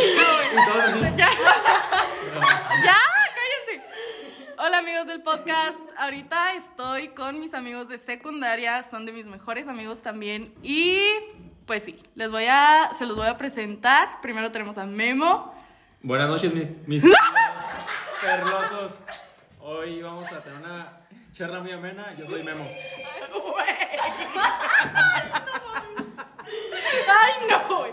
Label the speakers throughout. Speaker 1: Y todos así.
Speaker 2: Ya. ya, cállense. Hola amigos del podcast. Ahorita estoy con mis amigos de secundaria, son de mis mejores amigos también y pues sí, les voy a se los voy a presentar. Primero tenemos a Memo.
Speaker 1: Buenas noches, mi- mis amigos perlosos. Hoy vamos a tener una charla muy amena. Yo soy Memo.
Speaker 2: Ay, no. güey.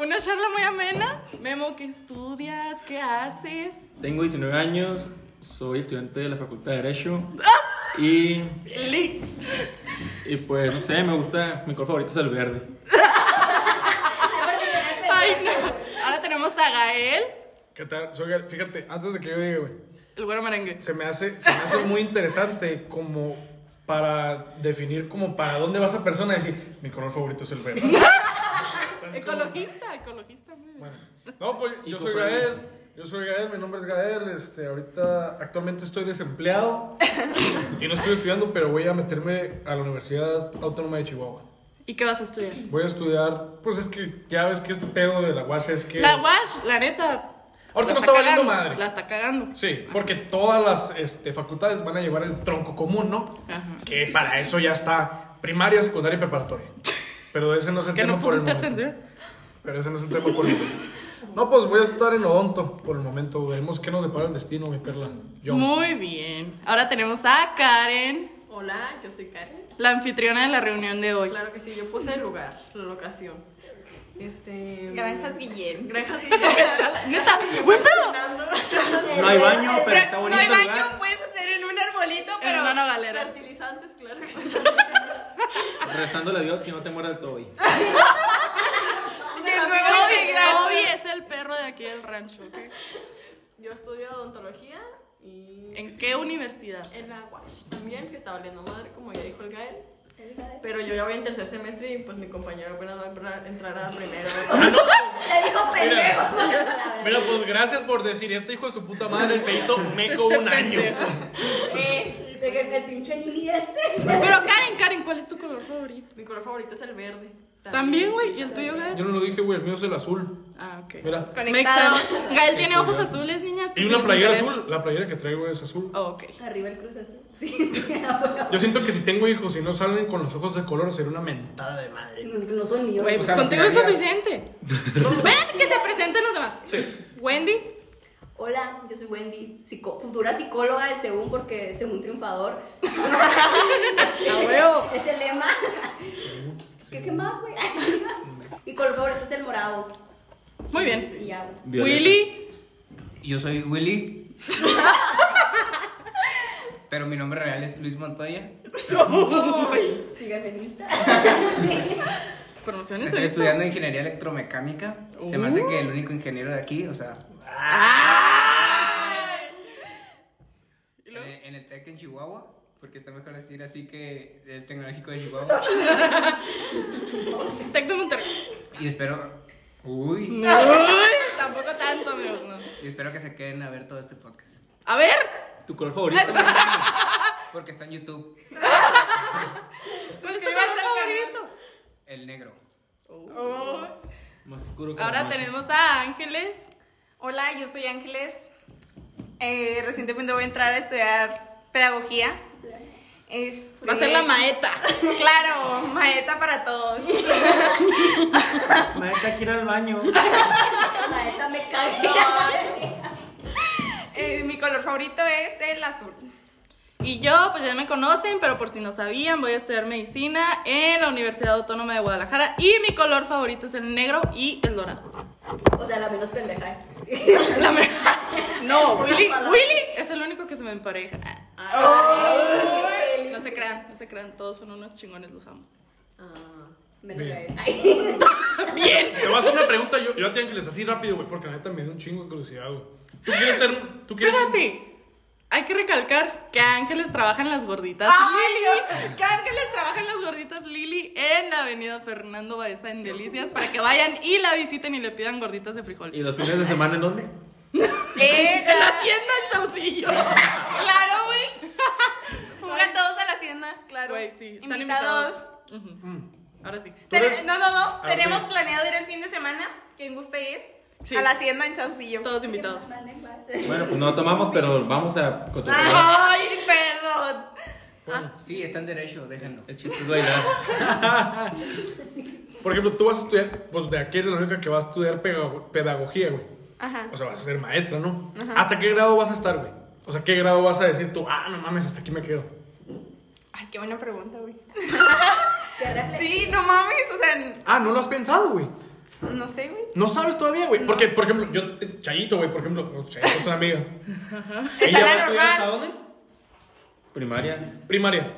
Speaker 2: Una charla muy amena. Memo, ¿qué estudias? ¿Qué haces?
Speaker 1: Tengo 19 años, soy estudiante de la Facultad de Derecho. Y,
Speaker 2: Lick.
Speaker 1: y pues, no sé, me gusta, mi color favorito es el verde.
Speaker 2: Ay, no. Ahora tenemos a Gael,
Speaker 3: ¿Qué tal? Soy Gael. Fíjate, antes de que yo diga, güey,
Speaker 2: el güero merengue.
Speaker 3: se me hace, se me hace muy interesante como para definir como para dónde va esa persona y decir, mi color favorito es el verde. ¿Sabes
Speaker 2: Ecologista, ecologista. muy bien.
Speaker 3: cómo? Bueno, no, pues
Speaker 1: Y
Speaker 3: yo soy
Speaker 1: comprendo.
Speaker 3: Gael, yo soy Gael, mi nombre es Gael, este, ahorita actualmente estoy desempleado y no estoy estudiando, pero voy a meterme a la Universidad Autónoma de Chihuahua.
Speaker 2: ¿Y qué vas a estudiar?
Speaker 3: Voy a estudiar, pues es que ya ves que este pedo de la guacha es que...
Speaker 2: La Wash, la neta.
Speaker 3: Ahorita
Speaker 2: la
Speaker 3: no está valiendo
Speaker 2: cagando,
Speaker 3: madre.
Speaker 2: La está cagando.
Speaker 3: Sí, porque todas las este, facultades van a llevar el tronco común, ¿no?
Speaker 2: Ajá.
Speaker 3: Que para eso ya está primaria, secundaria y preparatoria. Pero ese no es el
Speaker 2: Que
Speaker 3: tema
Speaker 2: no
Speaker 3: por el
Speaker 2: pusiste
Speaker 3: momento.
Speaker 2: atención.
Speaker 3: Pero ese no es el tema por el momento. No, pues voy a estar en Odonto por el momento. Veremos qué nos depara el destino, mi perla. Yo.
Speaker 2: Muy bien. Ahora tenemos a Karen,
Speaker 4: Hola, yo soy Karen.
Speaker 2: la anfitriona de la reunión de hoy.
Speaker 4: Claro que sí, yo puse el lugar, la locación. Este.
Speaker 5: Granjas Guillén.
Speaker 4: Granjas Guillén.
Speaker 2: Neta, buen pedo.
Speaker 4: Fernando.
Speaker 1: No hay baño, pero está
Speaker 5: No
Speaker 1: bonito
Speaker 5: hay
Speaker 1: el
Speaker 5: baño, pues.
Speaker 1: lugar.
Speaker 5: puedes hacer en un arbolito, pero.
Speaker 2: Hermano Galera.
Speaker 4: Fertilizantes, claro que sí.
Speaker 1: Rezándole a Dios que no te muera el toy.
Speaker 5: De nuevo,
Speaker 2: Obi,
Speaker 5: de granja.
Speaker 2: Obi es el perro de aquí del rancho. ¿ok?
Speaker 4: Yo estudio odontología y.
Speaker 2: ¿En qué universidad?
Speaker 4: En la WASH también, que está valiendo madre, como ya dijo el Gael. Pero yo ya voy en tercer semestre y pues mi compañero apenas va a entrar- entrar a primero.
Speaker 2: Ah,
Speaker 5: Le dijo pendejo.
Speaker 3: Pero pues gracias por decir, este hijo de su puta madre se hizo meco
Speaker 2: Este
Speaker 3: un año.
Speaker 2: pendejo.
Speaker 5: Eh, de que el pinche Lili este.
Speaker 2: Pero Karen, Karen, ¿cuál es tu color favorito?
Speaker 4: mi color favorito es el verde.
Speaker 2: También, güey. ¿Y el tuyo,
Speaker 3: Yo
Speaker 2: Gael?
Speaker 3: no lo dije, güey, el mío es el azul.
Speaker 2: Ah, ok.
Speaker 3: Mira.
Speaker 2: Mexado.
Speaker 5: Conectado.
Speaker 2: Gael tiene ojos azules, niñas.
Speaker 3: Y
Speaker 2: pues,
Speaker 3: una
Speaker 2: les
Speaker 3: playera
Speaker 2: interesa.
Speaker 3: azul. La playera que traigo es azul.
Speaker 2: Oh, ok.
Speaker 5: Arriba el cruz azul. Sí, no,
Speaker 3: Yo siento que si tengo hijos y no salen con los ojos de color, sería una mentada de madre.
Speaker 5: no son míos.
Speaker 2: Güey,
Speaker 3: O
Speaker 2: pues
Speaker 3: sea,
Speaker 2: contigo es
Speaker 3: tiraría-
Speaker 2: suficiente. Espérate que se presenten los demás. Wendy.
Speaker 6: Hola, yo soy Wendy, psico- futura psicóloga del según porque según triunfador.
Speaker 2: A huevo.
Speaker 6: Es el lema. ¿Qué, qué más, güey? Mi color favorito es el morado.
Speaker 2: Muy bien.
Speaker 6: Y ya, güey.
Speaker 1: Violeta.
Speaker 2: Willy.
Speaker 7: Yo soy Willy. Pero mi nombre real es Luis Montoya.
Speaker 6: Síganme en Insta.
Speaker 2: Promociones
Speaker 7: Estoy estudiando ingeniería electromecánica. Se
Speaker 2: Uh.
Speaker 7: me hace que el único ingeniero de aquí, o sea.
Speaker 2: ¿Y luego?
Speaker 7: eh, En, en el TEC en Chihuahua, porque está mejor decir así que el tecnológico de Chihuahua.
Speaker 2: Tec de Monterrey.
Speaker 7: Y espero. Uy.
Speaker 2: No, tampoco tanto, amigos. No.
Speaker 7: Y espero que se queden a ver todo este podcast.
Speaker 2: A ver.
Speaker 1: ¿Tu color favorito?
Speaker 7: Porque está en YouTube,
Speaker 2: ¿Cuál es tu color favorito?
Speaker 7: el negro.
Speaker 2: Oh.
Speaker 1: Más oscuro que la
Speaker 2: Ahora
Speaker 1: noche.
Speaker 2: tenemos a Ángeles.
Speaker 5: Hola, yo soy Ángeles. Eh, recientemente voy a entrar a estudiar pedagogía. Este-
Speaker 2: Va a ser la maeta.
Speaker 5: Claro, maeta para todos.
Speaker 1: Maestra, quiero ir al baño.
Speaker 6: La neta me cagué.
Speaker 5: Eh, mi color favorito es el azul.
Speaker 2: Y yo, pues ya me conocen, pero por si no sabían, voy a estudiar medicina en la Universidad Autónoma de Guadalajara. Y mi color favorito es el negro y el dorado.
Speaker 6: O sea, la menos pendeja.
Speaker 2: La me- No, Willy, Willy es el único que se me empareja. No se crean, no se crean, todos son unos chingones, los amo.
Speaker 4: Ah.
Speaker 6: Menos
Speaker 3: Bien.
Speaker 6: Gael. Ay.
Speaker 3: Te voy a hacer una pregunta, yo, yo a ti, Ángeles, así rápido, güey, porque la neta me dio un chingo de curiosidad, güey. ¿Tú quieres ser. ¿Tú quieres ser-
Speaker 2: Espérate, hay que recalcar que Ángeles trabaja en las gorditas Lili. Que Ángeles trabaja en las gorditas Lili en la avenida Fernando Baeza en Delicias para que vayan y la visiten y le pidan gorditas de frijol.
Speaker 1: ¿Y los fines de semana en dónde?
Speaker 5: Eh,
Speaker 2: En la hacienda en Saucillo.
Speaker 5: Claro, güey. Fugan todos a la hacienda, claro.
Speaker 2: Güey, sí, están invitados.
Speaker 5: invitados.
Speaker 2: Ujú. Ahora sí.
Speaker 5: Tene- No, no, no.
Speaker 3: Ah,
Speaker 5: Tenemos
Speaker 3: ok.
Speaker 5: planeado ir el fin de semana. ¿Quién gusta ir?
Speaker 2: Sí.
Speaker 5: A la hacienda en Saucillo.
Speaker 2: Todos invitados.
Speaker 6: Manden clases.
Speaker 1: Bueno, pues no tomamos, pero vamos a cotorrear.
Speaker 5: Ay, perdón.
Speaker 7: Sí, están derecho, déjenlo.
Speaker 1: El chiste es bailar.
Speaker 3: Por ejemplo, tú vas a estudiar, pues de aquí eres la única que va a estudiar pedago- pedagogía, güey.
Speaker 5: Ajá.
Speaker 3: O sea, vas a ser maestra, ¿no? ¿Hasta qué grado vas a estar, güey? O sea, ¿qué grado vas a decir tú? Ah, no mames, hasta aquí me quedo.
Speaker 5: Ay, qué buena pregunta, güey.
Speaker 6: Qué reflexivo.
Speaker 5: Sí, no mames, o sea,
Speaker 3: Ah, no lo has pensado, güey.
Speaker 5: no sé, güey.
Speaker 3: No sabes todavía, güey. Porque, por ejemplo, yo, te- Chayito, güey, por ejemplo, no, Chayito es una amiga.
Speaker 5: Está
Speaker 3: va a
Speaker 5: la
Speaker 3: estudiar hasta
Speaker 5: normal.
Speaker 3: dónde?
Speaker 1: Primaria.
Speaker 3: Primaria.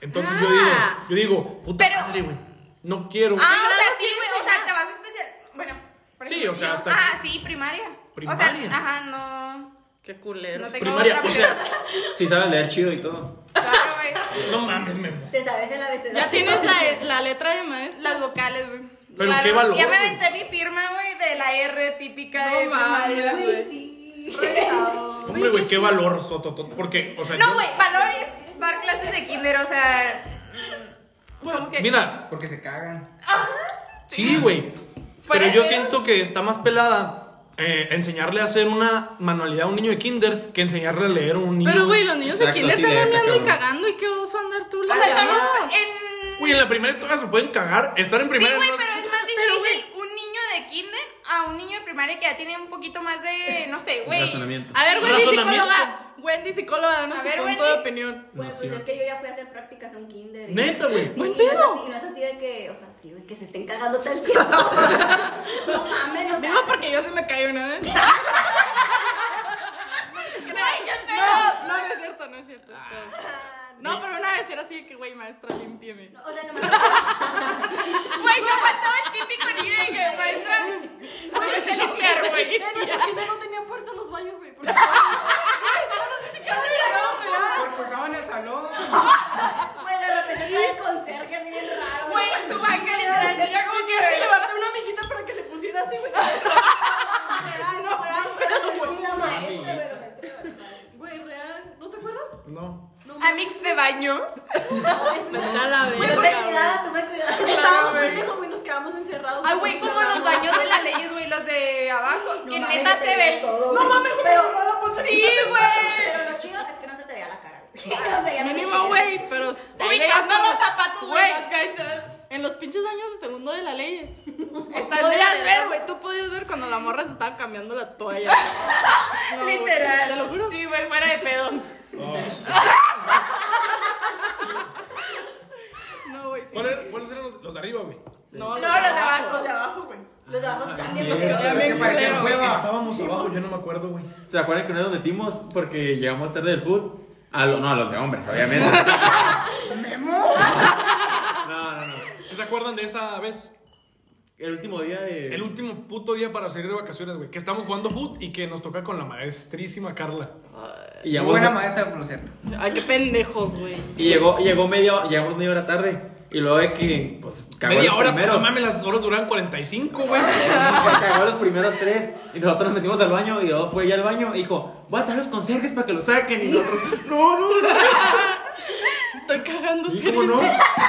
Speaker 3: Entonces
Speaker 5: Ah.
Speaker 3: yo digo, yo digo, puta
Speaker 5: Pero-
Speaker 3: madre, güey. No quiero.
Speaker 5: Ah, o sea, sí, güey, o sea, te vas a especial. Bueno, por
Speaker 3: Sí,
Speaker 5: ejemplo,
Speaker 3: o sea,
Speaker 5: yo-
Speaker 3: hasta-
Speaker 5: Ah, sí, primaria. O
Speaker 3: Primaria.
Speaker 5: sea, ajá, no.
Speaker 2: Qué culero.
Speaker 5: No tengo
Speaker 3: primaria,
Speaker 5: otra
Speaker 3: o sea,
Speaker 1: Sí, sabes leer chido y todo.
Speaker 5: Claro, güey.
Speaker 3: no mames, memo.
Speaker 6: Te sabes el abecedario.
Speaker 2: Ya tienes la, e, la letra de maestra.
Speaker 5: Las vocales, güey.
Speaker 3: Pero qué valor,
Speaker 5: Ya me
Speaker 3: güey.
Speaker 5: aventé mi firma, güey, de la R típica de
Speaker 2: No mames.
Speaker 5: primaria.
Speaker 6: Uy, sí.
Speaker 3: Hombre, güey, qué valor, Soto. tot- Porque, o sea, yo-
Speaker 5: No, güey, valores dar clases de kinder, o sea, como que
Speaker 3: Pues, Mira,
Speaker 7: Porque se cagan.
Speaker 3: sí, güey.
Speaker 5: Fuera
Speaker 3: Pero yo
Speaker 5: de-
Speaker 3: siento que está más pelada eh, enseñarle a hacer una manualidad a un niño de kinder que enseñarle a leer a un niño.
Speaker 2: Pero, güey, los niños de
Speaker 1: Exacto,
Speaker 2: kinder
Speaker 1: sí,
Speaker 2: se
Speaker 1: de
Speaker 2: andan
Speaker 1: acá,
Speaker 2: meando y
Speaker 1: cabrón.
Speaker 2: cagando. ¿Y qué oso andar tú
Speaker 5: o
Speaker 2: la
Speaker 5: sea,
Speaker 2: llamada?
Speaker 5: somos en
Speaker 3: Güey, en la primera todavía se pueden cagar. Estar en primera.
Speaker 5: Sí, güey,
Speaker 3: no-
Speaker 5: pero es más difícil un niño de kinder a un niño de primaria que ya tiene un poquito más de, no sé, güey.
Speaker 1: Razonamiento.
Speaker 2: A ver, Wendy
Speaker 3: Razonamiento.
Speaker 2: psicóloga. Wendy psicóloga, danos
Speaker 5: A
Speaker 2: tu
Speaker 5: ver,
Speaker 2: punto
Speaker 5: Wendy.
Speaker 2: de opinión.
Speaker 6: Bueno, pues es que yo ya fui a hacer prácticas a un kinder. y-
Speaker 3: Neta, güey.
Speaker 6: Sí,
Speaker 2: Buen
Speaker 6: y no es
Speaker 2: pedo.
Speaker 6: así- Y no es así de que, o sea, sí, güey, que se estén cagando todo el tiempo. no mames, o sea,
Speaker 2: Digo porque yo se me cayó una vez.
Speaker 5: Ay, qué feo.
Speaker 2: No, no, no es cierto, no es cierto. es pedo. No, pero una vez era así de que, güey, maestra, límpieme.
Speaker 6: no, o sea, no mames.
Speaker 5: Güey, no faltó el típico niño de que, maestra, no sé limpiar, güey.
Speaker 4: En nuestro kinder no tenía puerta en los baños, güey. Porque... Ay, no, no dice que no no, real.
Speaker 7: Porque estaban en el salón.
Speaker 6: Güey, de repente trae el conserje así bien raro.
Speaker 5: Güey, su banca literal, yo ya como
Speaker 4: Tienes que
Speaker 5: que...
Speaker 4: llevarte una amiguita para que se pusiera así, güey. Real, no, real.
Speaker 6: güey. Ni la maestra, güey, lo metió, güey.
Speaker 4: Güey, real. ¿No te acuerdas?
Speaker 3: No.
Speaker 4: No, este,
Speaker 5: A mix de baño.
Speaker 2: Vete a la
Speaker 6: Yo te
Speaker 2: verga,
Speaker 6: cuidaba, tú me cuidabas.
Speaker 4: Estábamos pendejos, güey, nos quedamos encerrados.
Speaker 5: Ay, güey, como los baños de las leyes, güey, los de abajo.
Speaker 6: No
Speaker 5: Que
Speaker 6: mames, se
Speaker 5: neta se
Speaker 6: veía
Speaker 5: ve.
Speaker 4: No
Speaker 6: todo, güey.
Speaker 4: mames, güey,
Speaker 6: Pero-
Speaker 4: cerrada por
Speaker 5: Sí, güey.
Speaker 6: Pero lo chido es que no se te veía la cara. güey. O sea, ya
Speaker 2: güey.
Speaker 6: no
Speaker 2: Mínimo,
Speaker 6: se-
Speaker 2: güey, pero...
Speaker 5: Güey,
Speaker 2: Llegas
Speaker 5: hasta
Speaker 2: como-
Speaker 5: los zapatos, güey.
Speaker 2: Güey,
Speaker 5: las ganchas.
Speaker 2: en los pinches baños de segundo de la leyes.
Speaker 5: Estás
Speaker 2: podías
Speaker 5: literal.
Speaker 2: ver, güey, tú podías ver cuando la morra se estaba cambiando la toalla. No, güey,
Speaker 5: Literal.
Speaker 2: Te lo juro.
Speaker 5: Sí, güey, fuera de pedo.
Speaker 2: No, güey, sí.
Speaker 3: ¿Cuál era- ¿Cuáles eran los, los de arriba, güey?
Speaker 2: No,
Speaker 5: No,
Speaker 2: los
Speaker 5: los de
Speaker 4: Los
Speaker 5: abajo.
Speaker 4: de abajo, güey.
Speaker 6: Los de abajo están bien
Speaker 1: sí.
Speaker 6: los
Speaker 1: Pero
Speaker 7: Pero
Speaker 2: bien
Speaker 7: que parecían
Speaker 2: culero.
Speaker 7: cueva.
Speaker 3: Estábamos abajo, yo no me acuerdo, güey.
Speaker 1: ¿Se acuerdan que no nos metimos porque llegamos tarde del food? A lo- no, a los de hombres, obviamente. No, no, no.
Speaker 3: ¿Sí ¿Se acuerdan de esa vez?
Speaker 1: El último día de.
Speaker 3: El último puto día para salir de vacaciones, güey. Que estamos jugando foot y que nos toca con la maestrísima Carla.
Speaker 1: Y
Speaker 7: Muy
Speaker 1: llegamos-
Speaker 7: buena maestra, por cierto.
Speaker 2: Ay, qué pendejos, güey.
Speaker 1: Y llegó, llegó media, llegamos media hora tarde. Y luego de que, pues, cagó
Speaker 3: Media
Speaker 1: los
Speaker 3: hora,
Speaker 1: primeros.
Speaker 3: no mames, las horas duran 45, güey.
Speaker 1: Cagó los primeros tres. Y nosotros nos metimos al baño. Y luego fue ya al baño. Y dijo, voy a traer los conserjes para que lo saquen. Y nosotros, no, no, no.
Speaker 2: Estoy cagando,
Speaker 1: ¿Y cómo
Speaker 2: Pérez.
Speaker 1: no? A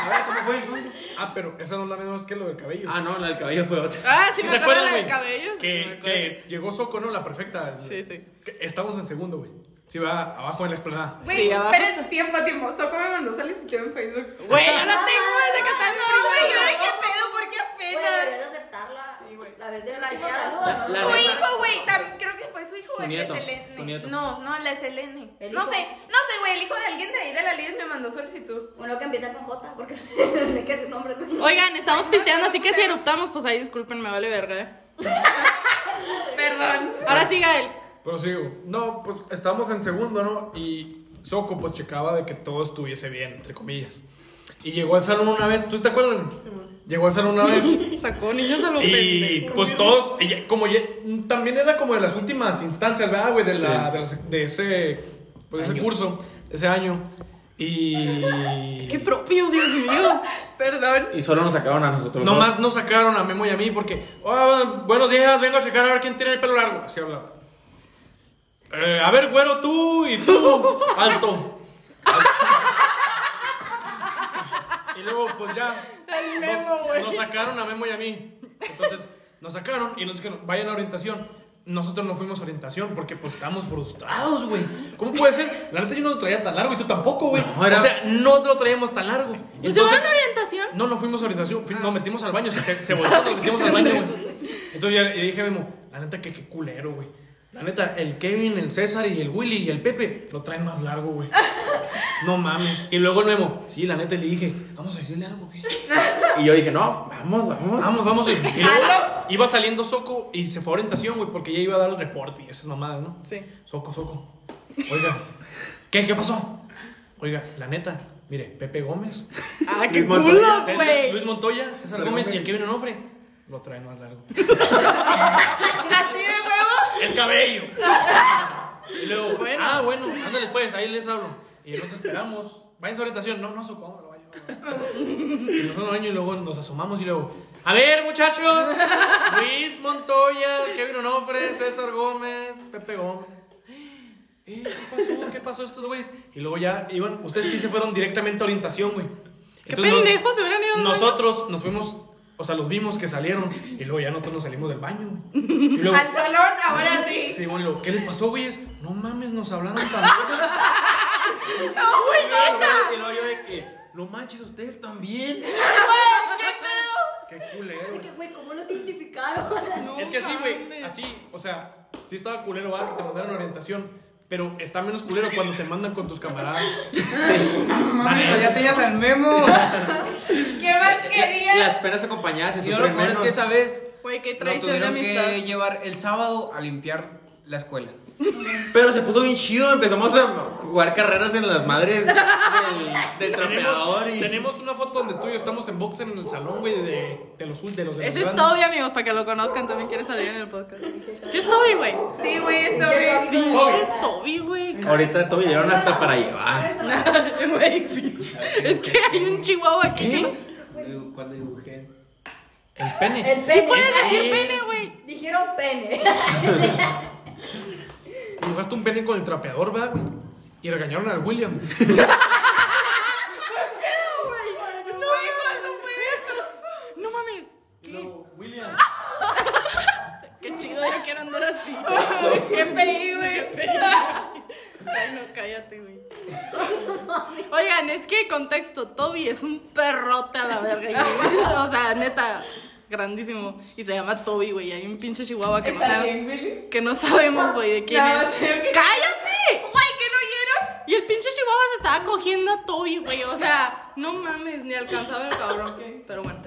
Speaker 1: ver, ¿cómo fue entonces?
Speaker 3: Ah, pero esa no es la misma vez que lo del cabello.
Speaker 1: Ah, no, la del cabello fue otra.
Speaker 2: Ah, sí,
Speaker 3: ¿Sí
Speaker 2: me
Speaker 3: se
Speaker 2: acuerdo
Speaker 3: acuerdan,
Speaker 2: la del
Speaker 3: güey?
Speaker 2: cabello. sí, me
Speaker 3: Que,
Speaker 2: acuerdo.
Speaker 3: que llegó Soco, ¿no? La perfecta.
Speaker 2: Sí, sí.
Speaker 3: Que Estamos en segundo, güey. Sí, va abajo en la esplanada.
Speaker 5: Güey,
Speaker 2: Sí, abajo
Speaker 5: pero tiempo, tiempo. Soco me mandó solicitó en Facebook.
Speaker 2: Güey, yo la tengo desde que está en
Speaker 5: No, güey, yo de
Speaker 2: mi
Speaker 5: qué pedo, ¿por qué
Speaker 6: Güey,
Speaker 5: apenas?
Speaker 6: deberías aceptarla.
Speaker 4: güey.
Speaker 6: La vez
Speaker 4: Te
Speaker 6: del
Speaker 4: la
Speaker 6: último
Speaker 4: llevas.
Speaker 6: saludo, ¿no?
Speaker 1: La-
Speaker 5: Su
Speaker 1: neta-
Speaker 5: hijo, güey, tam- creo que fue su hijo,
Speaker 1: Su
Speaker 5: el
Speaker 1: nieto,
Speaker 5: SLN.
Speaker 1: su nieto.
Speaker 5: No, no, el SLN.
Speaker 6: El
Speaker 5: No
Speaker 6: hijo.
Speaker 5: sé, no sé, güey, el hijo de alguien de ahí de la ley me mandó solicitud.
Speaker 6: Uno que empieza con J, porque le queda su nombre. güey.
Speaker 2: Oigan, estamos pisteando, así que si eruptamos, pues ahí disculpen, me vale verga. eh.
Speaker 5: Perdón.
Speaker 2: Ahora sí, Gael.
Speaker 3: Pero sí, güey. no, pues estamos en segundo, ¿no? Y Soco, pues checaba de que todo estuviese bien, entre comillas. Y llegó al salón una vez, ¿tú te acuerdas? Llegó al salón una vez.
Speaker 2: Sacó niños de lo
Speaker 3: Y
Speaker 2: pendejo.
Speaker 3: pues todos, ella- como ya- también era como de las últimas instancias, ¿verdad, güey? De, la, de, la sec- de ese, pues, ese
Speaker 1: Año.
Speaker 3: curso, ese año. Y.
Speaker 2: Qué propio, Dios mío.
Speaker 5: Perdón.
Speaker 1: Y solo nos sacaron a nosotros. dos.
Speaker 3: Nomás nos sacaron a Memo y a mí porque, "Ah, buenos días, vengo a checar a ver quién tiene el pelo largo. Así hablaba. "Eh, a ver, güero tú y tú, alto. y luego, pues ya.
Speaker 2: El
Speaker 3: nos-
Speaker 2: Memo, güey.
Speaker 3: pues, nos, sacaron a Memo y a mí. Entonces, Nos sacaron y nos dijeron, vayan a orientación. Nosotros no fuimos a orientación porque pues estábamos frustrados, güey. ¿Cómo puede ser? La neta yo no lo traía tan largo y tú tampoco, güey.
Speaker 1: No, era-
Speaker 3: O sea, no lo traíamos tan largo.
Speaker 2: ¿Nos
Speaker 3: Entonces-
Speaker 2: llevaron Pues a orientación?
Speaker 3: no, no fuimos a orientación, fui- nos metimos al baño, se, se volvió, nos metimos al baño, güey. Entonces ya le dije a Memo, la neta que qué culero, güey. La neta, el Kevin, el César y el Willy y el Pepe lo traen más largo, güey. No mames. Y luego el Memo, sí, la neta le dije, vamos a decirle algo, güey.
Speaker 1: Y yo dije, no, vamos, vamos.
Speaker 3: Vamos, vamos. Y, y luego iba saliendo Soco y se fue a orientación, güey, porque ya iba a dar el reporte y esas mamadas, ¿no?
Speaker 2: Sí.
Speaker 3: Soco, Soco. Oiga, ¿qué? ¿Qué pasó? Oiga, la neta, mire, Pepe Gómez
Speaker 2: ¡Ah, qué
Speaker 1: Luis Montoya,
Speaker 2: culos,
Speaker 3: César-
Speaker 2: güey!
Speaker 3: Luis Montoya, César
Speaker 1: Pero
Speaker 3: Gómez
Speaker 1: no,
Speaker 3: y el Kevin Onofre lo traen más largo.
Speaker 5: Así de huevo.
Speaker 3: ¡El cabello! y luego,
Speaker 2: Bueno.
Speaker 3: ah, bueno, ándale pues, ahí les hablo. Y nos esperamos. Váyanse a orientación. No, no, supongo, lo Y nosotros al baño y luego nos asomamos y luego, a ver, muchachos, Luis Montoya, Kevin Onofre, César Gómez, Pepe Gómez. Eh, ¿Qué pasó? ¿Qué pasó estos güeyes? Y luego ya iban, ustedes sí se fueron directamente a orientación, güey.
Speaker 2: ¡Qué
Speaker 3: Entonces nos-
Speaker 2: pendejos se hubieran ido al baño.
Speaker 3: nosotros nos fuimos, o sea, los vimos que salieron y luego ya nosotros nos salimos del baño. güey. Y luego,
Speaker 5: Al salón, ahora sí.
Speaker 3: sí, bueno, y luego, ¿qué les pasó, güeyes? No mames, nos hablaron tan mal. Ah,
Speaker 1: Y luego- y luego yo de que, no manches, ustedes también.
Speaker 3: Qué culero.
Speaker 6: De
Speaker 3: güey.
Speaker 6: que, güey, ¿cómo los identificaron?
Speaker 3: Es que sí, güey, así, o sea, sí estaba culero, va, que te mandaron orientación. Pero está menos culero cuando te mandan con tus camaradas.
Speaker 7: Mami, pues ya tenías al memo.
Speaker 5: ¿Qué más querías?
Speaker 1: Las penas acompañadas se
Speaker 7: Y no lo
Speaker 1: sufren
Speaker 7: peor es
Speaker 1: menos.
Speaker 7: que esa vez
Speaker 2: Güey, qué
Speaker 7: lo
Speaker 2: traición de
Speaker 7: tuvieron
Speaker 2: amistad.
Speaker 7: que llevar el sábado a limpiar la escuela.
Speaker 1: Pero se puso bien chido, empezamos a jugar carreras en las madres del, del
Speaker 3: Tenemos,
Speaker 1: trapeador y...
Speaker 3: tenemos una foto donde tú y yo estamos en boxer en el salón, güey, de, de los de los de los
Speaker 2: Ese es
Speaker 3: grandes.
Speaker 2: Toby, amigos, para que lo conozcan. También quiere salir en el podcast. Sí, es Toby, güey.
Speaker 5: Sí, güey,
Speaker 6: Yo
Speaker 5: estoy.
Speaker 6: lo vi.
Speaker 2: Pinche Toby, güey.
Speaker 1: Ahorita todo llegaron hasta para llevar.
Speaker 2: Güey, pinche. Es que hay un chihuahua aquí. que no-
Speaker 7: Digo, Cuando dibujé.
Speaker 3: El pene.
Speaker 6: El
Speaker 2: Sí
Speaker 6: pene.
Speaker 2: puedes decir pene, güey.
Speaker 6: Dijeron pene.
Speaker 3: Dibujaste un pene con el trapeador, ¿verdad, güey? Y regañaron al William.
Speaker 2: No, mames, no fue eso. No mames. ¿Qué?
Speaker 3: William.
Speaker 2: Qué chido, yo quiero andar así. Qué feliz, güey. Qué feliz. Ay, no, cállate, güey. Oigan, es que contexto, Toby es un perrote a la verga. güey. O sea, neta, grandísimo. Y se llama Toby, güey. Hay un pinche chihuahua que no sabe-
Speaker 4: Willy?
Speaker 2: que no sabemos, güey, de quién
Speaker 4: No,
Speaker 2: es.
Speaker 4: sí, ok.
Speaker 2: ¡Cállate! Güey, que no oyeron. Y el pinche chihuahua se estaba cogiendo a Toby, güey. O sea, no mames, ni alcanzaba el cabrón. Pero bueno.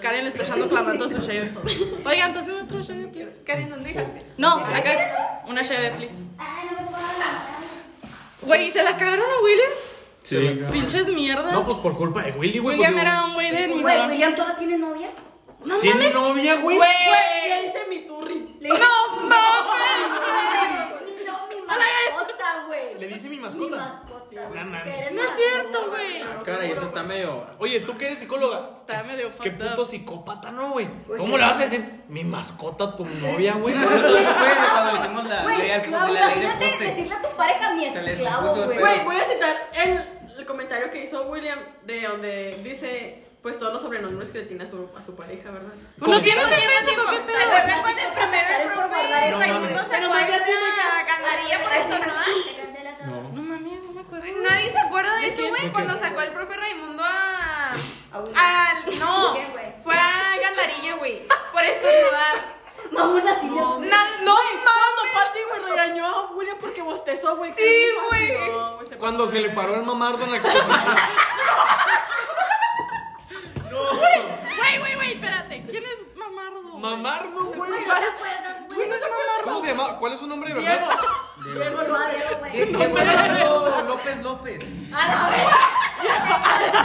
Speaker 2: Karen le está echando clamato a su cheve. Oigan, pasen otro cheve, please.
Speaker 5: Karen, ¿dónde dejaste?
Speaker 2: No, acá. Una cheve, please. Güey, ¿se la cagaron a William?
Speaker 1: Sí.
Speaker 2: Pinches mierdas.
Speaker 3: No, pues por culpa de Willy, güey.
Speaker 2: William
Speaker 3: pues,
Speaker 2: era un güey de mi
Speaker 6: Güey,
Speaker 2: salón.
Speaker 6: William todavía tiene novia.
Speaker 2: No
Speaker 3: ¿Tiene
Speaker 2: mames.
Speaker 3: novia, güey?
Speaker 4: Güey, le hice mi turri.
Speaker 6: Le
Speaker 2: No mames.
Speaker 6: Mi no, mi mascota, güey.
Speaker 3: Le dice mi
Speaker 6: Mi
Speaker 3: mascota.
Speaker 6: mascota.
Speaker 3: No mames.
Speaker 6: Que eres
Speaker 2: No es
Speaker 6: mascota.
Speaker 2: cierto, güey.
Speaker 1: Cara, y eso está medio...
Speaker 3: Oye, tú que eres psicóloga.
Speaker 2: Está medio
Speaker 3: Qué
Speaker 2: fucked
Speaker 3: puto
Speaker 2: up.
Speaker 3: psicópata, ¿no, güey?
Speaker 6: Güey,
Speaker 3: ¿Cómo
Speaker 6: qué-
Speaker 3: le vas a decir mi mascota a tu novia, güey?
Speaker 7: Fue cuando hicimos la
Speaker 6: Güey,
Speaker 7: ley al-
Speaker 6: esclavo,
Speaker 7: la ley del
Speaker 6: imagínate
Speaker 7: poste.
Speaker 6: decirle a tu pareja mi
Speaker 7: Se les
Speaker 6: esclavo,
Speaker 7: puso el
Speaker 6: güey.
Speaker 7: pelo.
Speaker 4: Güey, voy a citar el, el comentario que hizo William de donde dice pues todos los sobrenombres que le tiene a su, a su pareja, ¿verdad?
Speaker 2: No tienes secreto, ¿qué
Speaker 5: ¿Se
Speaker 2: pedo?
Speaker 5: acuerdan cuando el primer profe
Speaker 6: No
Speaker 5: Raimundo
Speaker 3: mames.
Speaker 5: se acuerda a Gandaría por esto, no?
Speaker 6: Te cancela todo.
Speaker 2: No mames, no me acuerdo.
Speaker 5: Nadie se acuerda de eso,
Speaker 3: ¿De
Speaker 5: güey,
Speaker 3: qué?
Speaker 5: cuando sacó al profe Raimundo a.
Speaker 6: A William.
Speaker 5: Al. No,
Speaker 6: ¿Qué, güey?
Speaker 5: fue a Gandarillo, güey, por estornudar.
Speaker 6: Mamona, sí, no.
Speaker 5: Na- No,
Speaker 4: Cuando Patty, Ah, güey, regañó a William porque bostezó, güey.
Speaker 5: Sí, güey.
Speaker 4: No, güey, se pasó
Speaker 3: Cuando
Speaker 4: de
Speaker 3: se le
Speaker 4: verga.
Speaker 3: paró el mamardo en la exposición. No.
Speaker 2: Güey, güey, güey, espérate. ¿Quién es mamardo? güey?
Speaker 3: Mamardo, güey.
Speaker 6: Güey, no te acuerdas, güey.
Speaker 4: ¿Quién es mamá?
Speaker 3: ¿Cómo se llama? ¿Cuál es su nombre, de
Speaker 4: Diego.
Speaker 3: verdad?
Speaker 4: Diego
Speaker 6: No,
Speaker 4: López.
Speaker 6: Diego,
Speaker 7: Sí,
Speaker 6: güey.
Speaker 7: qué bueno, López López.
Speaker 6: Para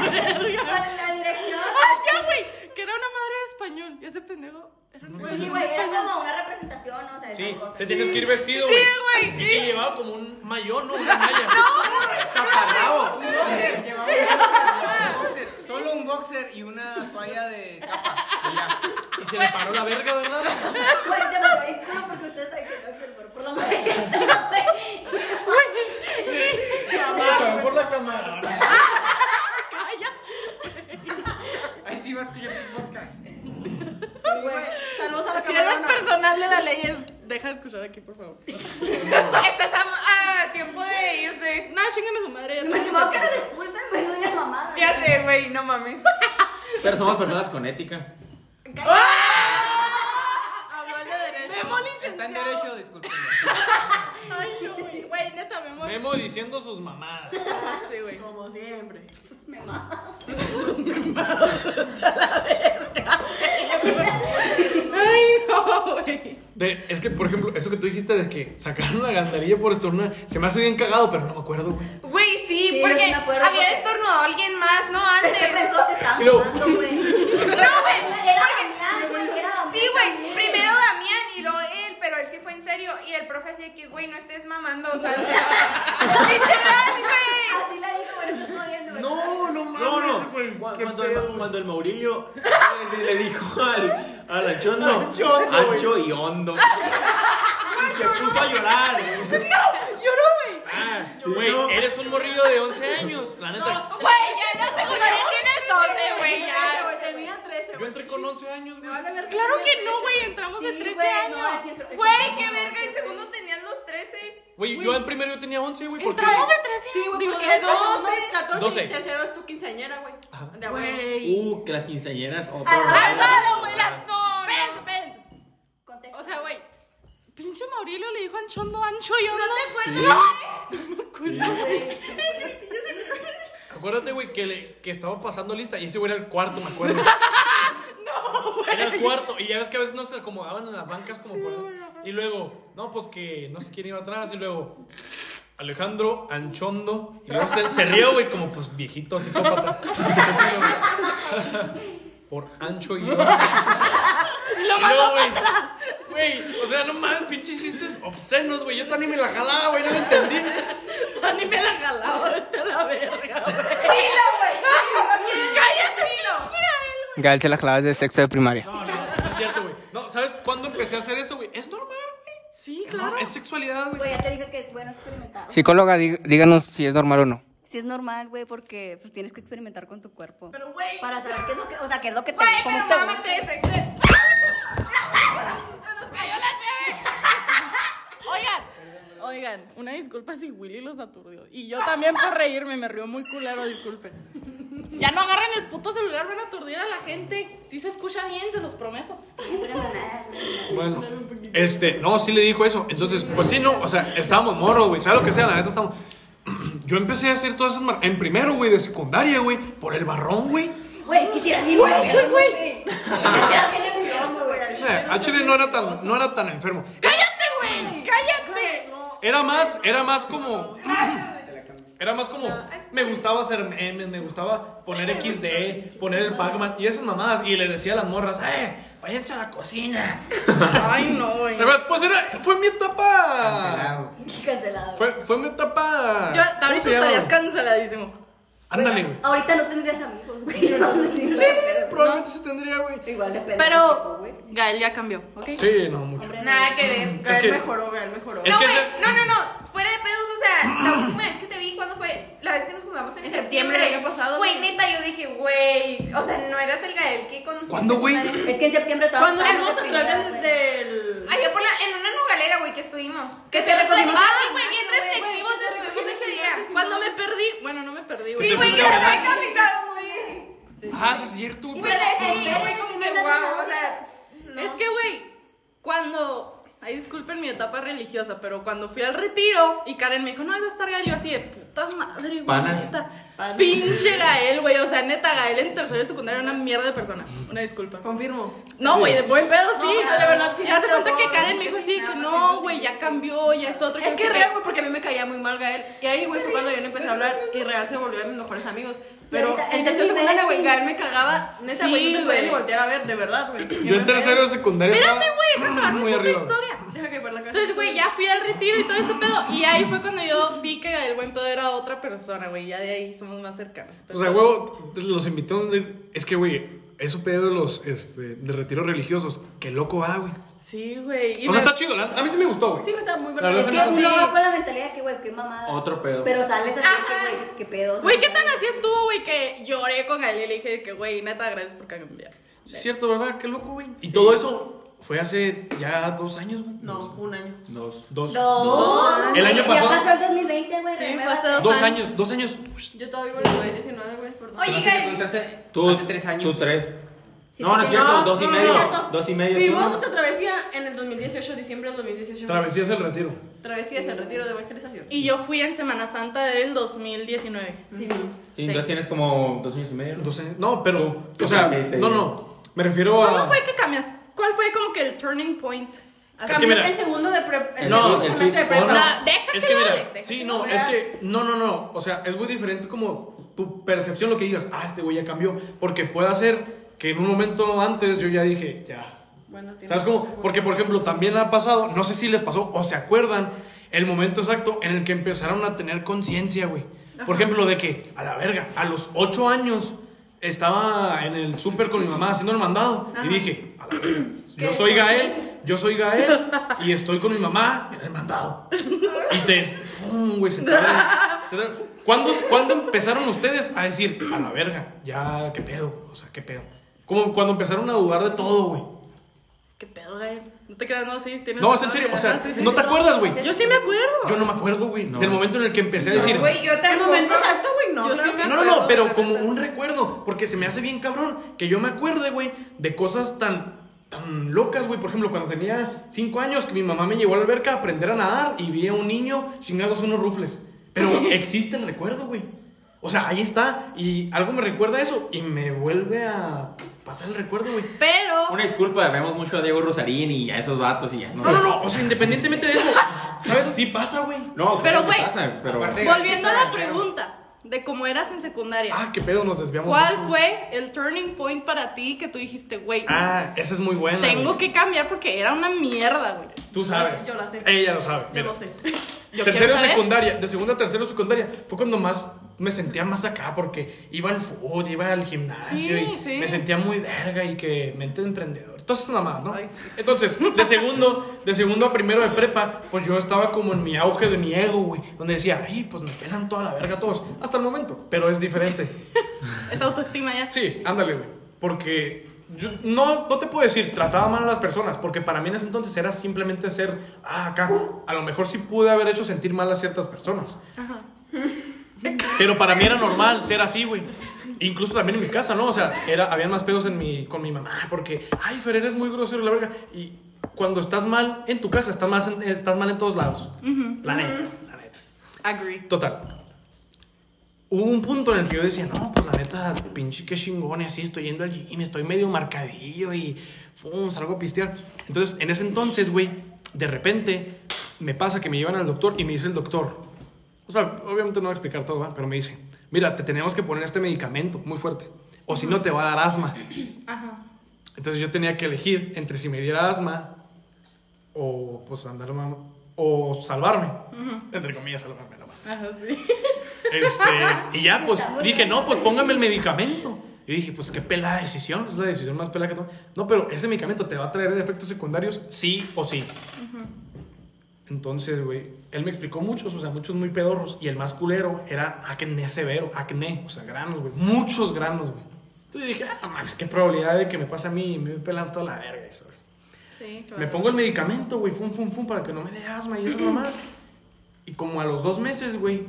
Speaker 6: la dirección.
Speaker 2: Ah, ya, güey. Que era una madre de español. Ese pendejo. Era un
Speaker 6: Sí, güey, era como una representación, o sea, de
Speaker 3: Sí,
Speaker 6: esas cosas.
Speaker 3: te tienes que ir vestido,
Speaker 2: Sí,
Speaker 3: güey.
Speaker 2: güey,
Speaker 3: Y
Speaker 2: sí.
Speaker 3: que llevaba como un mayón, ¿no? Una malla. Taparrabo.
Speaker 7: Boxer, llevaba un boxer, Solo un boxer y una toalla de capa. y ya.
Speaker 3: Y se le paró la verga, ¿verdad?
Speaker 6: Güey, se me dio el culo porque ustedes saben que no observo por la maestra, güey.
Speaker 3: Por la cámara.
Speaker 7: Ahí sí vas a escuchar tu podcast.
Speaker 6: Güey,
Speaker 2: habla la ley es. Deja de escuchar aquí, por favor.
Speaker 5: Estás a, a tiempo de irte.
Speaker 2: No, chinguen a su madre. Ya
Speaker 6: Me
Speaker 2: tengo
Speaker 6: animó que
Speaker 2: que-
Speaker 6: nos expulsen, güey, no digan mamadas.
Speaker 5: Ya sé, güey, no mames.
Speaker 1: Pero somos personas con ética.
Speaker 2: ¡Ah!
Speaker 4: Hablando de derecho.
Speaker 7: Está en derecho, discúlpenme.
Speaker 2: Ay, no, güey. Güey, neta, me muero.
Speaker 3: Memo diciendo sus mamadas.
Speaker 5: Ah,
Speaker 2: Sí, güey.
Speaker 4: Como siempre.
Speaker 6: Me mama.
Speaker 2: Ay, no, güey.
Speaker 3: De- es que, por ejemplo, eso que tú dijiste de que sacaron la gandarilla por estornudar, se me hace bien cagado, pero no me acuerdo, güey.
Speaker 5: Güey, sí,
Speaker 6: Sí, yo
Speaker 5: porque
Speaker 6: sí me acuerdo
Speaker 5: había
Speaker 6: porque-
Speaker 5: estornudado alguien más, ¿no?
Speaker 6: Pensé
Speaker 5: Antes.
Speaker 6: pensó que estaban
Speaker 3: Y luego-
Speaker 6: fumando, güey.
Speaker 5: No, güey.
Speaker 6: Era Damián, güey, era Damián
Speaker 5: Sí, güey.
Speaker 6: también.
Speaker 5: Primero Damián y luego él, pero él sí fue en serio. Y el profe así de que, güey, no estés mamando. O sea, literal, güey.
Speaker 6: Así la dijo, pero estás jodiendo, güey.
Speaker 3: no
Speaker 1: No, no. Cu- Cuando el, cuando el Maurilio le, le dijo al, al Anchondo, ancho y hondo. Y se puso a llorar.
Speaker 2: Lloró, güey.
Speaker 1: Ah, sí,
Speaker 3: Güey,
Speaker 1: no.
Speaker 3: eres un morrido de 11 años, la neta.
Speaker 5: Güey, ya en la secundaria tienes 12, güey,
Speaker 4: Tenía 13,
Speaker 5: ya.
Speaker 4: güey, Tenía 13,
Speaker 3: Yo
Speaker 4: güey.
Speaker 3: entré con 11 años,
Speaker 4: Me
Speaker 3: güey.
Speaker 4: van a ver
Speaker 2: Claro
Speaker 4: como
Speaker 2: que no,
Speaker 4: 13.
Speaker 2: güey. Entramos de
Speaker 6: Sí,
Speaker 2: 13
Speaker 6: güey,
Speaker 2: años.
Speaker 6: no, al centro-
Speaker 5: Güey, qué verga, en segundo tenían los 13.
Speaker 3: Güey, yo en primero yo tenía 11, güey, porque...
Speaker 2: Entramos de 13
Speaker 4: Sí,
Speaker 2: años.
Speaker 4: güey,
Speaker 2: Digo,
Speaker 4: porque
Speaker 2: de
Speaker 4: el segundo
Speaker 2: 12.
Speaker 4: es 14
Speaker 3: 12.
Speaker 4: y tercero es tu quinceañera, güey. De abuelo.
Speaker 3: Ah, Güey.
Speaker 1: Uh, que las quinceañeras. Otro
Speaker 5: Ah,
Speaker 1: rollo.
Speaker 5: no, güey, las no.
Speaker 2: Espérense, espérense.
Speaker 6: Contexto.
Speaker 2: O sea, güey. Pinche Maurilio le dijo anchondo, ancho y hondo.
Speaker 5: ¿No te
Speaker 1: Sí.
Speaker 5: acuerdas?
Speaker 6: Güey,
Speaker 3: Acuérdate, güey, que, le- que estaba pasando lista y ese güey era el cuarto, me acuerdo.
Speaker 2: No, güey.
Speaker 3: Era el cuarto. Y ya ves que a veces no se acomodaban en las bancas como por... Y luego, no, pues que no sé quién iba atrás. Y luego, Alejandro Anchondo. Y luego se, se rió, güey, como pues viejito, psicópata. Así, güey. por ancho y... Lo mandó Güey, o sea, no mames, pinches chistes obscenos, güey. Yo también me la jalaba, güey, no lo entendí.
Speaker 2: Tony me la jalaba vete a la verga.
Speaker 8: Gael se las clavas de sexo de primaria.
Speaker 3: No, no, no es cierto, güey. No, ¿sabes cuándo empecé a hacer eso, güey? Es normal, güey.
Speaker 2: Sí,
Speaker 3: Es
Speaker 2: claro.
Speaker 3: normal, Es sexualidad, güey.
Speaker 6: Güey, ya te dije que es bueno experimentar.
Speaker 8: Psicóloga, dí- díganos si es normal o no.
Speaker 6: Sí es normal, güey, porque pues tienes que experimentar con tu cuerpo.
Speaker 2: Pero, güey.
Speaker 6: Para saber qué es lo que, o sea, qué es lo que te,
Speaker 5: Güey,
Speaker 6: cómo
Speaker 5: pero
Speaker 6: te
Speaker 5: mámate de sexo. Se nos cayó la cheve.
Speaker 2: Oigan. Oigan, una disculpa si Willy los aturdió. Y yo también por reírme, me río muy culero, disculpen. Ya no agarren el puto celular, van a aturdir a la gente. Si se escucha bien, se los prometo.
Speaker 3: Bueno, este, no, sí le dijo eso. Entonces, pues sí, no, o sea, estábamos morros, güey, sea lo que sea, la neta estábamos. Yo empecé a hacer todas esas mar- en primero, güey, de secundaria, güey, por el barrón, güey.
Speaker 6: Güey, quisieras ir, güey, güey, güey. Quisieras bien envidioso, güey.
Speaker 3: O sea, al chile no era tan, no era tan enfermo.
Speaker 4: ¡Cállate! No.
Speaker 3: Era más, era más como. Era más como. Me gustaba hacer memes, me gustaba poner XD, poner el Pac-Man y esas mamadas. Y les decía a las morras, ¡eh! Váyanse a la cocina.
Speaker 2: Ay, no, güey.
Speaker 3: ¿Te acuerdas? Pues era, fue mi etapa.
Speaker 6: Cancelado.
Speaker 3: Fue, fue mi etapa.
Speaker 2: Yo
Speaker 3: ¿cómo
Speaker 2: ahorita
Speaker 3: se llama?
Speaker 2: estarías canceladísimo.
Speaker 3: Ándale, güey.
Speaker 6: Ahorita no tendrías amigos, güey. Sí,
Speaker 3: Probablemente sí tendría, güey.
Speaker 6: Igual depende. del
Speaker 2: Pero
Speaker 6: tipo, güey.
Speaker 2: Gael ya cambió, ¿ok?
Speaker 3: Sí, no, mucho.
Speaker 6: Hombre,
Speaker 5: Nada que ver.
Speaker 4: Gael
Speaker 3: que-
Speaker 4: mejoró, Gael mejoró.
Speaker 3: Es
Speaker 5: no,
Speaker 3: que
Speaker 5: güey,
Speaker 3: ese-
Speaker 5: no, no, no. Fuera de pedos, o sea, la última vez que te vi, ¿cuándo fue? La vez que nos juntamos en,
Speaker 4: En septiembre del año pasado,
Speaker 5: Güey,
Speaker 4: güey.
Speaker 5: neta, yo dije, güey. O sea, no eras el Gael que conocí. en
Speaker 3: ¿Cuándo, güey?
Speaker 5: secundaria.
Speaker 6: Es que en septiembre todas
Speaker 4: Cuando
Speaker 6: estábamos
Speaker 4: fuimos atrás del,
Speaker 6: deprimidas,
Speaker 4: del...
Speaker 5: Allá por la, en una nogalera, güey, que estuvimos.
Speaker 6: Que
Speaker 5: Que
Speaker 6: te
Speaker 5: se recogimos.
Speaker 6: recogimos.
Speaker 5: Ah, sí, güey, bien
Speaker 6: Güey,
Speaker 5: reflexivos
Speaker 4: que te
Speaker 5: estuvimos
Speaker 4: recogimos
Speaker 5: ese
Speaker 4: en
Speaker 5: día.
Speaker 4: clases.
Speaker 2: Cuando me perdí, bueno, no me perdí, güey.
Speaker 5: Sí, güey, que se fue caminando.
Speaker 3: Ah, sí, es cierto. güey.
Speaker 5: Y pues ese día fue como que, wow, o sea.
Speaker 2: Es que, güey, cuando. Ay, disculpen mi etapa religiosa, pero cuando fui al retiro y Karen me dijo, no, ahí va a estar Gael, yo así de puta madre, güey.
Speaker 1: Panas.
Speaker 2: neta.
Speaker 4: Panas.
Speaker 2: Pinche Gael, güey. O sea, neta, Gael en tercero y secundaria era una mierda de persona. Una disculpa.
Speaker 4: Confirmo.
Speaker 2: No, güey, de buen pedo, sí.
Speaker 4: o sea, de verdad, sí,
Speaker 2: Ya se
Speaker 4: te
Speaker 2: cuenta
Speaker 4: lo
Speaker 2: que
Speaker 4: puedo
Speaker 2: Karen
Speaker 4: decir
Speaker 2: me dijo
Speaker 4: que
Speaker 2: así, que no, güey, ya cambió, ya es otro.
Speaker 4: Es
Speaker 2: no sé
Speaker 4: que es
Speaker 2: qué.
Speaker 4: real, güey, porque a mí me caía muy mal Gael. Y ahí, güey, fue cuando yo le empecé a hablar y real se volvió de mis mejores amigos. Pero
Speaker 6: ahorita,
Speaker 4: en
Speaker 6: en
Speaker 4: tercero
Speaker 6: el
Speaker 4: secundaria,
Speaker 6: nivel,
Speaker 4: güey, Gael me cagaba. Neta,
Speaker 2: Sí,
Speaker 4: güey, no te podía ni
Speaker 2: güey.
Speaker 4: voltear a ver, de verdad, güey.
Speaker 3: Yo en tercero de secundaria.
Speaker 2: Espérate,
Speaker 3: estaba
Speaker 2: güey, déjame acabar mi
Speaker 3: muy
Speaker 2: puta
Speaker 3: arriba.
Speaker 2: historia.
Speaker 4: Deja que ver la casa.
Speaker 2: Entonces, güey, ya fui al retiro y todo ese pedo. Y ahí fue cuando yo vi que el buen pedo era otra persona, güey. Ya de ahí somos más cercanos.
Speaker 3: O sea, huevo, los invitó. Es que, güey, eso pedo de los este, de retiros religiosos. Qué loco va, güey.
Speaker 2: Sí, güey. y
Speaker 3: O sea,
Speaker 2: me-
Speaker 3: está chido, la- A mí sí me gustó, güey.
Speaker 4: Sí, güey, estaba muy
Speaker 3: La
Speaker 6: Es
Speaker 3: verdad
Speaker 4: verdad.
Speaker 6: que
Speaker 3: se me-
Speaker 6: uno
Speaker 2: Sí.
Speaker 6: va con la mentalidad de que, güey, qué mamada.
Speaker 1: Otro pedo.
Speaker 6: Pero sales así, de que, güey, qué pedo. o sea,
Speaker 2: Güey, ¿qué tan así estuvo, güey? Que lloré con él y le dije que, güey, neta, gracias por cambiar.
Speaker 3: Sí, Es cierto, ¿verdad? Qué loco, güey. Y todo eso Fue hace ya dos años, güey.
Speaker 4: No, un año.
Speaker 1: Dos.
Speaker 3: Dos.
Speaker 6: Dos.
Speaker 3: El año pasado.
Speaker 6: Ya pasó el 2020, güey.
Speaker 2: Sí,
Speaker 6: renuévate.
Speaker 2: fue hace dos,
Speaker 3: Dos
Speaker 2: años.
Speaker 3: años, dos años.
Speaker 4: Yo todavía voy a 19, güey, perdón.
Speaker 5: Oye,
Speaker 7: Así que
Speaker 5: Gael,
Speaker 7: contaste
Speaker 1: Tú,
Speaker 7: hace tres años.
Speaker 1: Tú tres.
Speaker 6: Sí,
Speaker 1: no, no es
Speaker 6: porque-
Speaker 1: cierto,
Speaker 4: no,
Speaker 1: dos y
Speaker 4: no, no es
Speaker 1: medio.
Speaker 4: cierto.
Speaker 1: dos y medio.
Speaker 4: Vivimos
Speaker 1: tú.
Speaker 4: nuestra travesía en el 2018, diciembre del 2018.
Speaker 3: Travesías el retiro.
Speaker 4: Travesía es el retiro de evangelización.
Speaker 2: Y yo fui en Semana Santa del 2019.
Speaker 6: Sí.
Speaker 1: Y entonces tienes como dos años y medio. ¿no?
Speaker 3: Dos años. No, pero. O
Speaker 1: O
Speaker 3: sea,
Speaker 1: sea, que te-
Speaker 3: no, no. Me refiero a.
Speaker 2: ¿Cuándo fue que cambias? ¿Cuál fue como que el turning point?
Speaker 3: Es que mira-
Speaker 4: el segundo de prep, el
Speaker 1: No,
Speaker 4: segundo
Speaker 1: el
Speaker 4: semestre de
Speaker 1: switch-
Speaker 4: prepa.
Speaker 1: no,
Speaker 2: no. Deja
Speaker 3: es
Speaker 2: que
Speaker 3: que
Speaker 2: lo
Speaker 3: mira,
Speaker 2: hable, deja
Speaker 3: sí,
Speaker 2: que
Speaker 3: no,
Speaker 2: lo
Speaker 3: es
Speaker 2: hable.
Speaker 3: que no, no, no, o sea, es muy diferente como tu percepción lo que digas, ah, este güey ya cambió, porque puede ser que en un momento antes yo ya dije, ya.
Speaker 4: Bueno, tiene-
Speaker 3: ¿Sabes cómo? Porque por ejemplo, también ha pasado, no sé si les pasó o se acuerdan el momento exacto en el que empezaron a tener conciencia, güey. Por ejemplo, de que a la verga, a los 8 años estaba en el súper con mi mamá haciendo el mandado y dije, a la verga, yo
Speaker 4: ¿Qué
Speaker 3: soy Gael,
Speaker 4: conciencia?
Speaker 3: yo soy Gael y estoy con mi mamá en el mandado. Y te. ¡Fum, güey! Se te abre- se te abre. ¿Cuándo, cuándo empezaron ustedes a decir, a la verga, ya, qué pedo? O sea, qué pedo. Como cuando empezaron a dudar de todo, güey.
Speaker 2: ¿Qué pedo, Gael? No te creas, no, sí, tienes
Speaker 3: No, es en
Speaker 2: razón,
Speaker 3: serio, o sea,
Speaker 2: ¿verdad? Sí, sí,
Speaker 3: no
Speaker 2: sí.
Speaker 3: te acuerdas, güey.
Speaker 2: Yo sí me acuerdo.
Speaker 3: Yo no me acuerdo, güey,
Speaker 1: No.
Speaker 3: del momento en el que empecé a decir.
Speaker 5: güey, yo
Speaker 4: El
Speaker 5: tampoco.
Speaker 4: momento exacto, güey, no.
Speaker 2: Yo
Speaker 4: claro
Speaker 2: sí
Speaker 4: que
Speaker 2: me
Speaker 4: no.
Speaker 3: No, no, no,
Speaker 2: acuerdo,
Speaker 3: pero
Speaker 2: la
Speaker 3: como
Speaker 2: neta.
Speaker 3: un recuerdo, porque se me hace bien cabrón que yo me acuerde, güey, de cosas tan, tan locas, güey. Por ejemplo, cuando tenía 5 años, que mi mamá me llevó a la alberca a aprender a nadar y vi a un niño chingados unos rufles. Pero existe el recuerdo, güey. O sea, ahí está y algo me recuerda a eso y me vuelve a pasar el recuerdo, güey.
Speaker 2: Pero.
Speaker 1: Una disculpa, vemos mucho a Diego Rosarín y a esos vatos y ya.
Speaker 3: No, no, no, o sea, independientemente de eso, ¿sabes? Sí pasa, güey.
Speaker 1: No,
Speaker 2: Pero,
Speaker 1: claro que
Speaker 2: güey,
Speaker 1: pasa, pero-
Speaker 7: aparte-
Speaker 2: Volviendo a la
Speaker 7: Ranchero.
Speaker 2: pregunta de cómo eras en secundaria.
Speaker 3: Ah, qué pedo, nos desviamos.
Speaker 2: ¿Cuál
Speaker 3: mucho.
Speaker 2: fue el turning point para ti que tú dijiste, güey,
Speaker 3: Ah, esa es muy buena.
Speaker 2: tengo
Speaker 3: güey.
Speaker 2: que cambiar porque era una mierda, güey?
Speaker 3: Tú sabes.
Speaker 4: Yo la sé.
Speaker 3: Ella lo sabe.
Speaker 4: Yo
Speaker 3: mira.
Speaker 4: no sé.
Speaker 2: Yo
Speaker 3: tercero
Speaker 2: quiero
Speaker 3: de
Speaker 2: saber.
Speaker 3: secundaria, de segunda a tercero de secundaria, fue cuando más me sentía más acá porque iba al fútbol, iba al gimnasio
Speaker 2: Sí,
Speaker 3: y
Speaker 2: sí.
Speaker 3: me sentía muy verga y que mente de emprendedor. Entonces nada más, ¿no?
Speaker 2: Ay, sí.
Speaker 3: Entonces, de segundo, de segundo a primero de prepa, pues yo estaba como en mi auge de mi ego, güey, donde decía, "Ay, pues me pelan toda la verga todos", hasta el momento, pero es diferente.
Speaker 2: Esa autoestima ya.
Speaker 3: Sí, ándale, güey. Porque yo no, no te puedo decir, trataba mal a las personas, porque para mí en ese entonces era simplemente ser, ah, acá, a lo mejor sí pude haber hecho sentir mal a ciertas personas. Pero para mí era normal ser así, güey. Incluso también en mi casa, ¿no? O sea, era, habían más pedos en mi, con mi mamá, porque, ay, Fer, eres muy grosero, la verga. Y cuando estás mal en tu casa, estás, más en- estás mal en todos lados. La neta, la neta.
Speaker 2: Agree.
Speaker 3: Total. Hubo un punto en el que yo decía, no, pues la neta, pinche qué chingón, y así estoy yendo al gym, estoy medio marcadillo y fum, salgo a pistear. Entonces, en ese entonces, güey, de repente me pasa que me llevan al doctor y me dice el doctor, o sea, obviamente no voy a explicar todo, ¿va? pero me dice, mira, te tenemos que poner este medicamento muy fuerte, o si no te va a dar asma. Entonces yo tenía que elegir entre si me diera asma o pues andar mam- o salvarme, entre comillas, salvarme nomás.
Speaker 2: Ajá, sí.
Speaker 3: Este, y ya, pues dije, no, pues póngame el medicamento. Y dije, pues qué pelada decisión, es la decisión más pelada que tomo. No, pero ese medicamento te va a traer efectos secundarios, sí o sí. Entonces, güey, él me explicó muchos, o sea, muchos muy pedorros. Y el más culero era acné severo, acné, o sea, granos, güey, muchos granos, güey. Entonces dije, ah, mames, qué probabilidad de que me pase a mí y me pelan toda la verga eso, güey.
Speaker 2: Sí,
Speaker 3: Me
Speaker 2: claro.
Speaker 3: pongo el medicamento, güey, fum, fum, fum, para que no me dé asma y eso nomás. Y como a los dos meses, güey,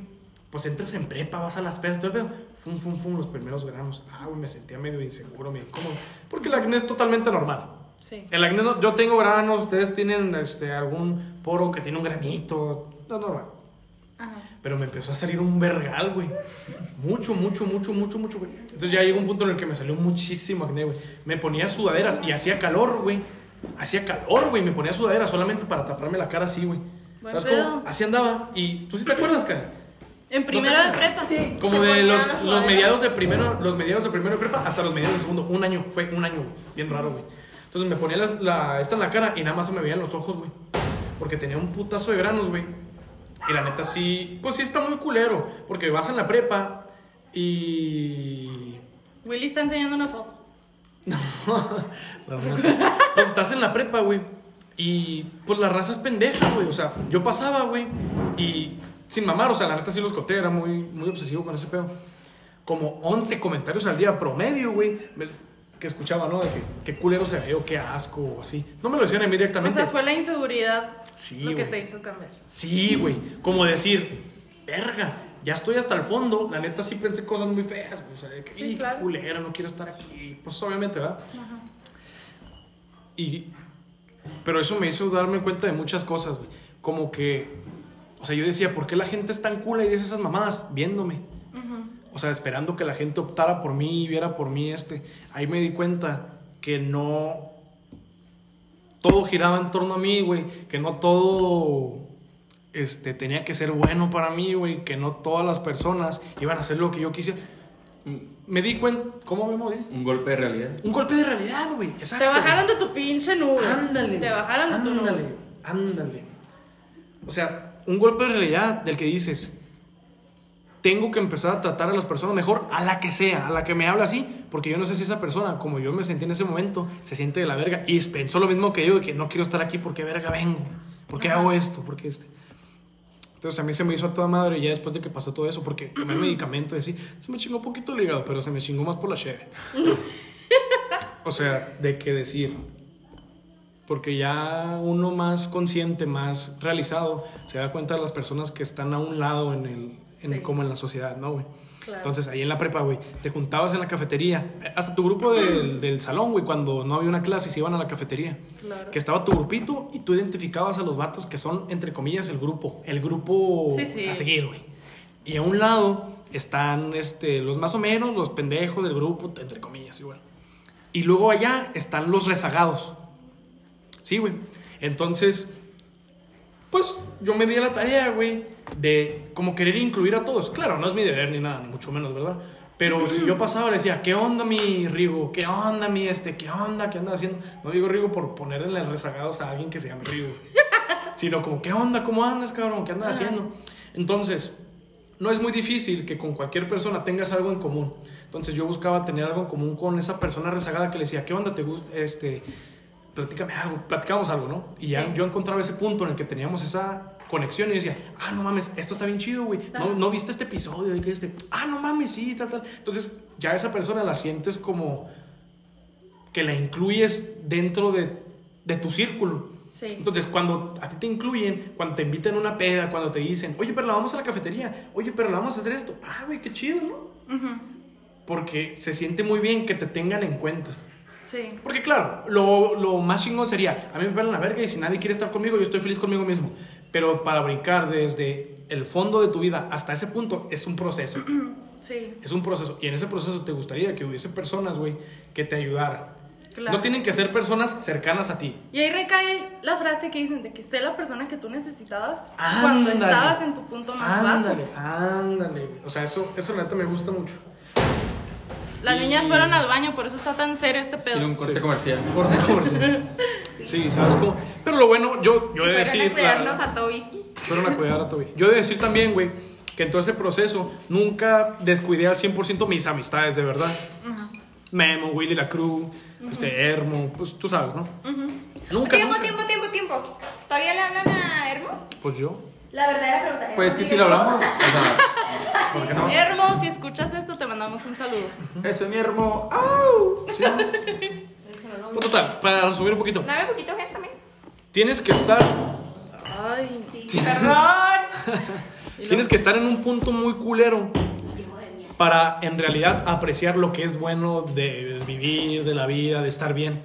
Speaker 3: pues entras en prepa, vas a las pesas, todo el pedo. Fum, fum, fum, los primeros gramos. Ah, güey, me sentía medio inseguro, medio incómodo. Porque el acné es totalmente normal.
Speaker 2: Sí.
Speaker 3: El acné, no- yo tengo granos, ustedes tienen este, algún poro que tiene un granito. No, normal. Pero me empezó a salir un vergal, güey. Mucho, mucho, mucho, mucho, mucho, güey. Entonces ya llegó un punto en el que me salió muchísimo acné, güey. Me ponía sudaderas y hacía calor, güey. Hacía calor, güey. Me ponía sudaderas solamente para taparme la cara así, güey.
Speaker 2: Buen
Speaker 3: ¿Sabes cómo?
Speaker 2: pedo.
Speaker 3: Así andaba. Y tú sí te acuerdas, cara.
Speaker 2: En primero de prepa.
Speaker 4: Sí.
Speaker 3: Como
Speaker 4: Se
Speaker 3: de
Speaker 4: ponía
Speaker 3: los,
Speaker 4: la sudadera.
Speaker 3: los mediados de primero, los mediados de primero de prepa hasta los mediados de segundo. Un año, fue un año, güey. Bien raro, güey. Entonces me ponía las- la, esta en la cara y nada más se me veían los ojos, güey. Porque tenía un putazo de granos, güey. Y la neta sí, pues sí está muy culero. Porque vas en la prepa y...
Speaker 2: Willy está enseñando una foto.
Speaker 3: Las ratas. pues estás en la prepa, güey. Y pues la raza es pendeja, güey. O sea, yo pasaba, güey. Y sin mamar, o sea, la neta sí los conté, era muy, muy obsesivo con ese pedo. Como 11 comentarios al día promedio, güey. Me- que escuchaba, ¿no? De que qué culero se ve o qué asco o así. No me lo decían a mí
Speaker 2: O
Speaker 3: directamente.
Speaker 2: sea, fue la inseguridad
Speaker 3: Sí,
Speaker 2: lo que
Speaker 3: güey.
Speaker 2: te hizo cambiar.
Speaker 3: Sí, güey. Como decir, verga, ya estoy hasta el fondo. La neta sí pensé cosas muy feas, güey. O sea, de que,
Speaker 2: Sí,
Speaker 3: "Ih, qué
Speaker 2: claro.
Speaker 3: culera, no quiero estar aquí. Pues obviamente, ¿verdad? Y. Pero eso me hizo darme cuenta de muchas cosas, güey. Como que. O sea, yo decía, ¿por qué la gente es tan cula y dice esas mamadas viéndome? O sea, esperando que la gente optara por mí y viera por mí este. Ahí me di cuenta que no. Todo giraba en torno a mí, güey. Que no todo. Este, tenía que ser bueno para mí, güey. Que no todas las personas iban a hacer lo que yo quisiera. Me di cuenta. ¿Cómo me moví?
Speaker 1: Un golpe de realidad.
Speaker 3: Un golpe de realidad, güey. Exacto.
Speaker 2: Te bajaron de tu pinche nube.
Speaker 3: Ándale.
Speaker 2: Te bajaron de tu nube.
Speaker 3: Ándale, ándale. O sea, un golpe de realidad del que dices, tengo que empezar a tratar a las personas mejor, a la que sea, a la que me habla así, porque yo no sé si esa persona, como yo me sentí en ese momento, se siente de la verga y pensó lo mismo que yo, de que no quiero estar aquí porque verga vengo, porque hago esto, porque este. Entonces a mí se me hizo a toda madre ya después de que pasó todo eso, porque tomé medicamento y así, se me chingó un poquito el hígado, pero se me chingó más por la cheve. o sea, de qué decir, porque ya uno más consciente, más realizado, se da cuenta de las personas que están a un lado en el, en- como en la sociedad, ¿no, güey? Entonces, ahí en la prepa, güey, te juntabas en la cafetería, eh, hasta tu grupo del, del salón, güey, cuando no había una clase y se iban a la cafetería, que estaba tu grupito y tú identificabas a los vatos que son, entre comillas, el grupo, el grupo
Speaker 2: Sí, sí.
Speaker 3: a seguir, güey. Y a un lado están este, los más o menos, los pendejos del grupo, entre comillas, igual. Y luego allá están los rezagados. Sí, güey. Entonces, pues yo me di a la tarea, güey, de como querer incluir a todos. Claro, no es mi deber ni nada, ni mucho menos, ¿verdad? Pero si yo pasaba, le decía, ¿qué onda mi Rigo? ¿Qué onda mi este? ¿Qué onda? ¿Qué andas haciendo? No digo Rigo por ponerle rezagados a alguien que se llame Rigo, sino como, ¿qué onda? ¿Cómo andas, cabrón? ¿Qué andas haciendo? Entonces, no es muy difícil que con cualquier persona tengas algo en común. Entonces yo buscaba tener algo en común con esa persona rezagada que le decía, ¿qué onda? ¿Te gusta? Este, platícame algo, platicamos algo, ¿no? Y ya yo encontraba ese punto en el que teníamos esa conexión y decía, ah, no mames, esto está bien chido, güey. No, no viste este episodio de que este, ah, no mames, sí, tal, tal. Entonces ya esa persona la sientes como que la incluyes dentro de, de tu círculo.
Speaker 2: Sí.
Speaker 3: Entonces, cuando a ti te incluyen, cuando te invitan a una peda, cuando te dicen, oye, pero la vamos a la cafetería, oye, pero la vamos a hacer esto, ah, güey, qué chido, ¿no? Porque se siente muy bien que te tengan en cuenta.
Speaker 2: Sí.
Speaker 3: Porque claro, lo, lo más chingón sería, a mí me pelan la verga y si nadie quiere estar conmigo, yo estoy feliz conmigo mismo. Pero para brincar desde el fondo de tu vida hasta ese punto es un proceso.
Speaker 2: Sí.
Speaker 3: Es un proceso. Y en ese proceso te gustaría que hubiese personas, güey, que te ayudaran.
Speaker 2: Claro.
Speaker 3: No tienen que ser personas cercanas a ti.
Speaker 2: Y ahí recae la frase que dicen de que sé la persona que tú necesitabas
Speaker 3: Ándale.
Speaker 2: cuando estabas en tu punto más
Speaker 3: Ándale,
Speaker 2: bajo.
Speaker 3: ándale. O sea, eso, eso la neta me gusta mucho.
Speaker 2: Las niñas fueron al baño, por eso está tan serio este pedo.
Speaker 1: Tiene un corte
Speaker 3: Sí.
Speaker 1: comercial.
Speaker 3: Corte comercial. Sí, ¿sabes cómo? Pero lo bueno, yo, yo he de
Speaker 5: Fueron
Speaker 3: decir...
Speaker 5: a
Speaker 3: la-
Speaker 5: cuidarnos a Toby.
Speaker 3: Fueron a cuidar a Toby. Yo he de decir también, güey, que en todo ese proceso nunca descuidé al 100% mis amistades, de verdad. Memo, Willy La Cruz, este Hermo, pues tú sabes, ¿no? Nunca,
Speaker 5: Tiempo,
Speaker 3: nunca.
Speaker 5: tiempo, tiempo, tiempo. ¿Todavía le hablan a Hermo?
Speaker 3: Pues yo.
Speaker 6: La verdadera pregunta es.
Speaker 1: Pues es que si lo hablamos, o sea,
Speaker 3: ¿Por qué no?
Speaker 2: Hermo, si escuchas esto, te mandamos un saludo.
Speaker 1: eso es mi hermano.
Speaker 3: Pues, total, para resumir un poquito.
Speaker 5: Dame poquito, gente, también.
Speaker 3: Tienes que estar
Speaker 2: Ay, sí.
Speaker 3: Tienes que estar en un punto muy culero para en realidad apreciar lo que es bueno de vivir, de la vida, de estar bien.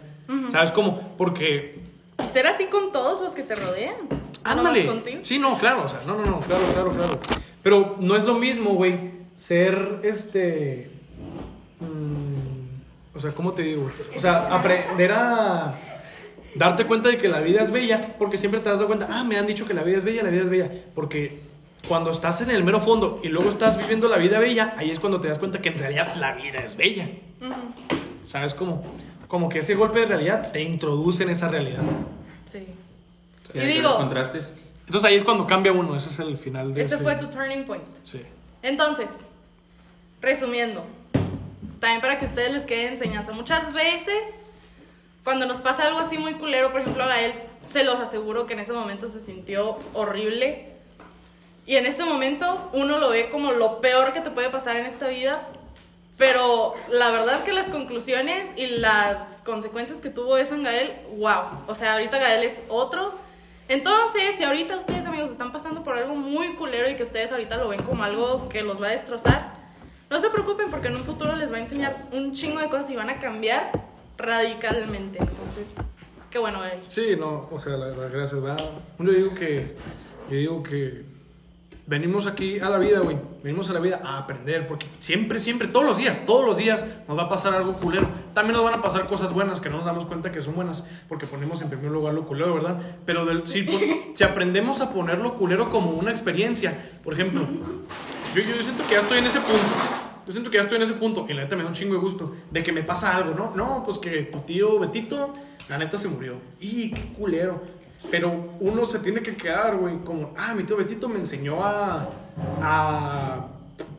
Speaker 3: ¿Sabes cómo? Porque.
Speaker 2: Y ser así con todos los que te rodean. No más
Speaker 3: Ah, Ándale.
Speaker 2: contigo.
Speaker 3: Sí, no, claro, o sea, no, no, no, claro, claro, claro. Pero no es lo mismo, güey, ser este. mm, o sea, ¿cómo te digo? O sea, aprender a. Darte cuenta de que la vida es bella, porque siempre te das cuenta, ah, me han dicho que la vida es bella, la vida es bella. Porque cuando estás en el mero fondo y luego estás viviendo la vida bella, ahí es cuando te das cuenta que en realidad la vida es bella. ¿Sabes cómo? Como que ese golpe de realidad te introduce en esa realidad.
Speaker 2: Sí.
Speaker 1: Y
Speaker 2: digo-
Speaker 1: Contrastes.
Speaker 3: Entonces ahí es cuando cambia uno, ese es el final de
Speaker 2: Ese
Speaker 3: ese-
Speaker 2: fue tu turning point.
Speaker 3: Sí.
Speaker 2: Entonces, resumiendo, también para que ustedes les quede enseñanza, muchas veces cuando nos pasa algo así muy culero, por ejemplo a Gael, se los aseguro que en ese momento se sintió horrible.
Speaker 5: este
Speaker 2: Y en ese momento uno lo ve como lo peor que te puede pasar en esta vida.
Speaker 5: Pero la verdad que las conclusiones y las consecuencias que tuvo eso en Gael, wow. O sea, ahorita Gael es otro. Entonces, si ahorita ustedes, amigos, están pasando por algo muy culero y que ustedes ahorita lo ven como algo que los va a destrozar, no se preocupen porque en un futuro les va a enseñar un chingo de cosas y van a cambiar radicalmente. Entonces, qué bueno, Gael.
Speaker 3: Sí, no, o sea, las gracias, ¿verdad? Yo digo que, yo digo que venimos aquí a la vida, güey, venimos a la vida a aprender, porque siempre, siempre, todos los días, todos los días nos va a pasar algo culero. También nos van a pasar cosas buenas que no nos damos cuenta que son buenas, porque ponemos en primer lugar lo culero, ¿verdad? Pero del- si, pon- si aprendemos a poner lo culero como una experiencia, por ejemplo, yo, yo siento que ya estoy en ese punto. Yo siento que ya estoy en ese punto, y la neta me da un chingo de gusto, de que me pasa algo, ¿no? No, pues que tu tío Betito, la neta se murió. Y qué culero. Pero uno se tiene que quedar, güey, como, ah, mi tío Betito me enseñó a, a,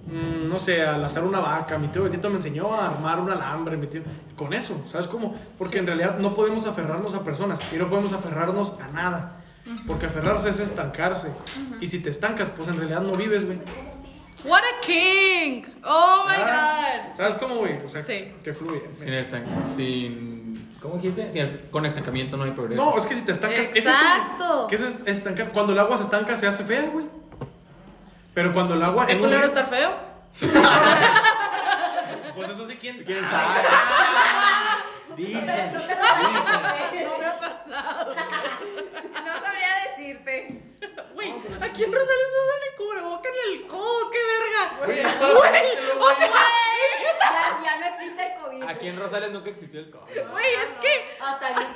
Speaker 3: mm, no sé, a lazar una vaca, mi tío Betito me enseñó a armar un alambre, mi tío, con eso, ¿sabes cómo? Porque en realidad no podemos aferrarnos a personas y no podemos aferrarnos a nada. Porque aferrarse es estancarse. Y si te estancas, pues en realidad no vives, güey.
Speaker 5: What a king! Oh my
Speaker 3: Ah,
Speaker 5: god.
Speaker 3: ¿Sabes cómo, güey? O sea,
Speaker 5: Sí.
Speaker 3: que fluye.
Speaker 2: Sin estan- sin- ¿Cómo dijiste? Sin es- con estancamiento no hay progreso.
Speaker 3: No, es que si te estancas. ese es un-
Speaker 5: Exacto.
Speaker 3: ¿Qué es est- estancar? Cuando el agua se estanca, se hace fea, güey. Pero cuando el agua.
Speaker 5: ¿Está
Speaker 3: en un-
Speaker 5: culero estar feo?
Speaker 3: Pues eso sí, ¿quién
Speaker 1: ¿Quién sabe? Dicen.
Speaker 5: No me ha pasado.
Speaker 9: No sabría decirte.
Speaker 5: Güey, ¿a quién Rosario Suárez cubreboca en el codo? ¡Qué verga!
Speaker 2: Oye,
Speaker 5: Güey, o sea,
Speaker 6: Ya, ya no existe el COVID.
Speaker 2: Aquí en Rosales nunca existió el COVID.
Speaker 5: güey, es que.
Speaker 6: Hasta yo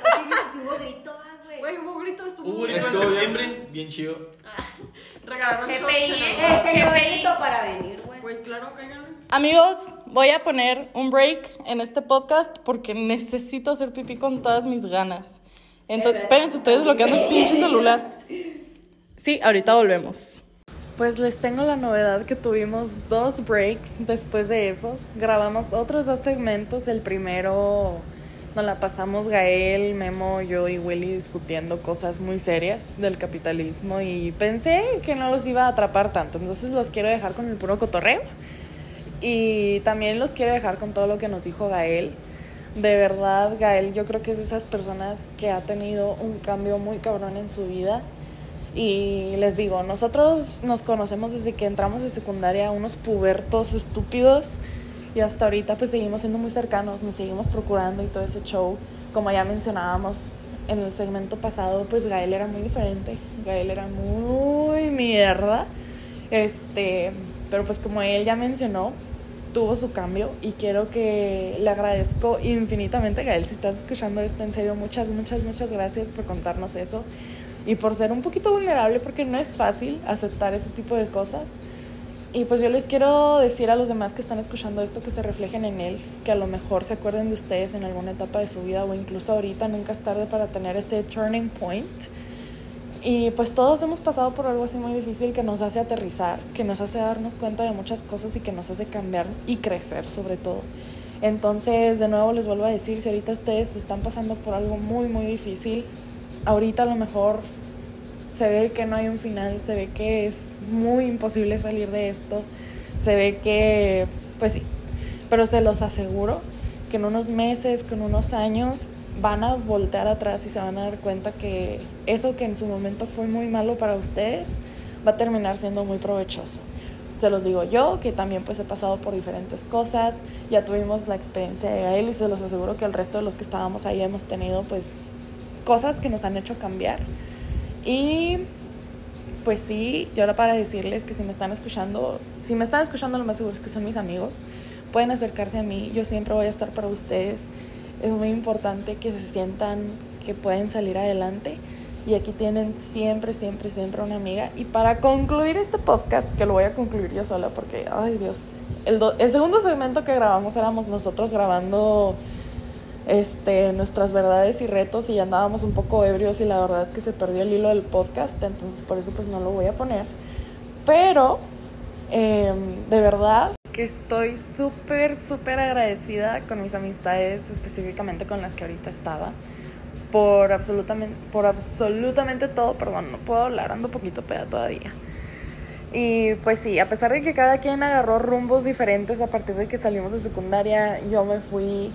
Speaker 6: sí hubo grito, ah, güey.
Speaker 4: Güey, hubo grito, estuvo.
Speaker 3: Hubo grito en
Speaker 2: Estuvo
Speaker 3: septiembre.
Speaker 2: bien, bien chido.
Speaker 4: Regalaron shots.
Speaker 9: GPI,
Speaker 4: en la-
Speaker 9: ¿eh?
Speaker 6: Este yo
Speaker 9: Qué
Speaker 6: grito para venir, güey.
Speaker 4: Güey, claro, cáiganle.
Speaker 5: Amigos, voy a poner un break en este podcast porque necesito hacer pipí con todas mis ganas. Entonces, espérense, estoy desbloqueando el pinche celular. Sí, ahorita volvemos. Pues les tengo la novedad que tuvimos dos breaks después de eso. Grabamos otros dos segmentos. El primero nos la pasamos Gael, Memo, yo y Willy discutiendo cosas muy serias del capitalismo y pensé que no los iba a atrapar tanto. Entonces los quiero dejar con el puro cotorreo. Y también los quiero dejar con todo lo que nos dijo Gael. De verdad, Gael, yo creo que es de esas personas que ha tenido un cambio muy cabrón en su vida. Y les digo, nosotros nos conocemos desde que entramos de secundaria, unos pubertos estúpidos. Y hasta ahorita pues seguimos siendo muy cercanos, nos seguimos procurando y todo ese show. Como ya mencionábamos en el segmento pasado, pues Gael era muy diferente. Gael era muy mierda. Este, pero pues como él ya mencionó, tuvo su cambio y quiero que le agradezco infinitamente, Gael, si estás escuchando esto, en serio, muchas, muchas, muchas gracias por contarnos eso y por ser un poquito vulnerable porque no es fácil aceptar ese tipo de cosas. Y pues yo les quiero decir a los demás que están escuchando esto que se reflejen en él, que a lo mejor se acuerden de ustedes en alguna etapa de su vida o incluso ahorita, nunca es tarde para tener ese turning point. Y pues todos hemos pasado por algo así muy difícil que nos hace aterrizar, que nos hace darnos cuenta de muchas cosas y que nos hace cambiar y crecer sobre todo. Entonces, de nuevo les vuelvo a decir, si ahorita ustedes están pasando por algo muy, muy difícil, ahorita a lo mejor se ve que no hay un final, se ve que es muy imposible salir de esto, se ve que, pues sí, pero se los aseguro que en unos meses, que en unos años van a voltear atrás y se van a dar cuenta que eso que en su momento fue muy malo para ustedes va a terminar siendo muy provechoso. Se los digo yo, que también pues he pasado por diferentes cosas, ya tuvimos la experiencia de Gael y se los aseguro que el resto de los que estábamos ahí hemos tenido pues cosas que nos han hecho cambiar. Y pues sí, yo ahora para decirles que si me están escuchando, si me están escuchando lo más seguro es que son mis amigos, pueden acercarse a mí, yo siempre voy a estar para ustedes. Es muy importante que se sientan que pueden salir adelante y aquí tienen siempre, siempre, siempre una amiga. Y para concluir este podcast, que lo voy a concluir yo sola porque, ay Dios, el, do- el segundo segmento que grabamos éramos nosotros grabando este, nuestras verdades y retos y andábamos un poco ebrios y la verdad es que se perdió el hilo del podcast, entonces por eso pues no lo voy a poner. Pero, em, de verdad que estoy súper, súper agradecida con mis amistades, específicamente con las que ahorita estaba, por absolutamente, por absolutamente todo, perdón, no puedo hablar, ando poquito peda todavía.
Speaker 10: Y pues sí, a pesar de que cada quien agarró rumbos diferentes a partir de que salimos de secundaria, yo me fui,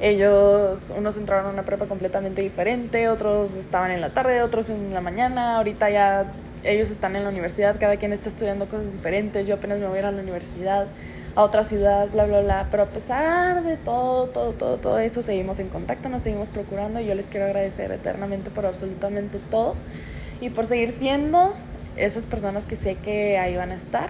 Speaker 10: ellos, unos entraron a una prepa completamente diferente, otros estaban en la tarde, otros en la mañana, ahorita ya ellos están en la universidad, cada quien está estudiando cosas diferentes, yo apenas me voy a ir a la universidad, a otra ciudad, bla, bla, bla, pero a pesar de todo, todo, todo, todo eso, seguimos en contacto, nos seguimos procurando y yo les quiero agradecer eternamente por absolutamente todo y por seguir siendo esas personas que sé que ahí van a estar.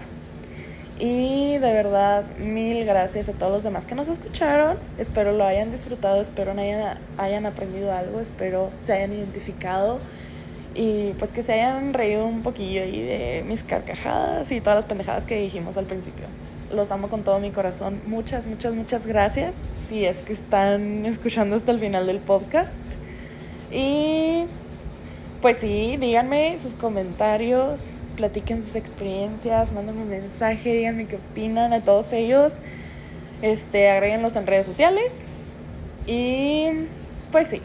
Speaker 10: Y de verdad, mil gracias a todos los demás que nos escucharon. Espero lo hayan disfrutado, espero hayan, hayan aprendido algo, espero se hayan identificado y pues que se hayan reído un poquillo ahí de mis carcajadas y todas las pendejadas que dijimos al principio. Los amo con todo mi corazón. Muchas, muchas, muchas gracias si es que están escuchando hasta el final del podcast. Y pues sí, díganme sus comentarios, platiquen sus experiencias, mándenme un mensaje, díganme qué opinan a todos ellos. Este, agréguenlos en redes sociales. Y pues sí,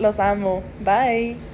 Speaker 10: los amo. Bye.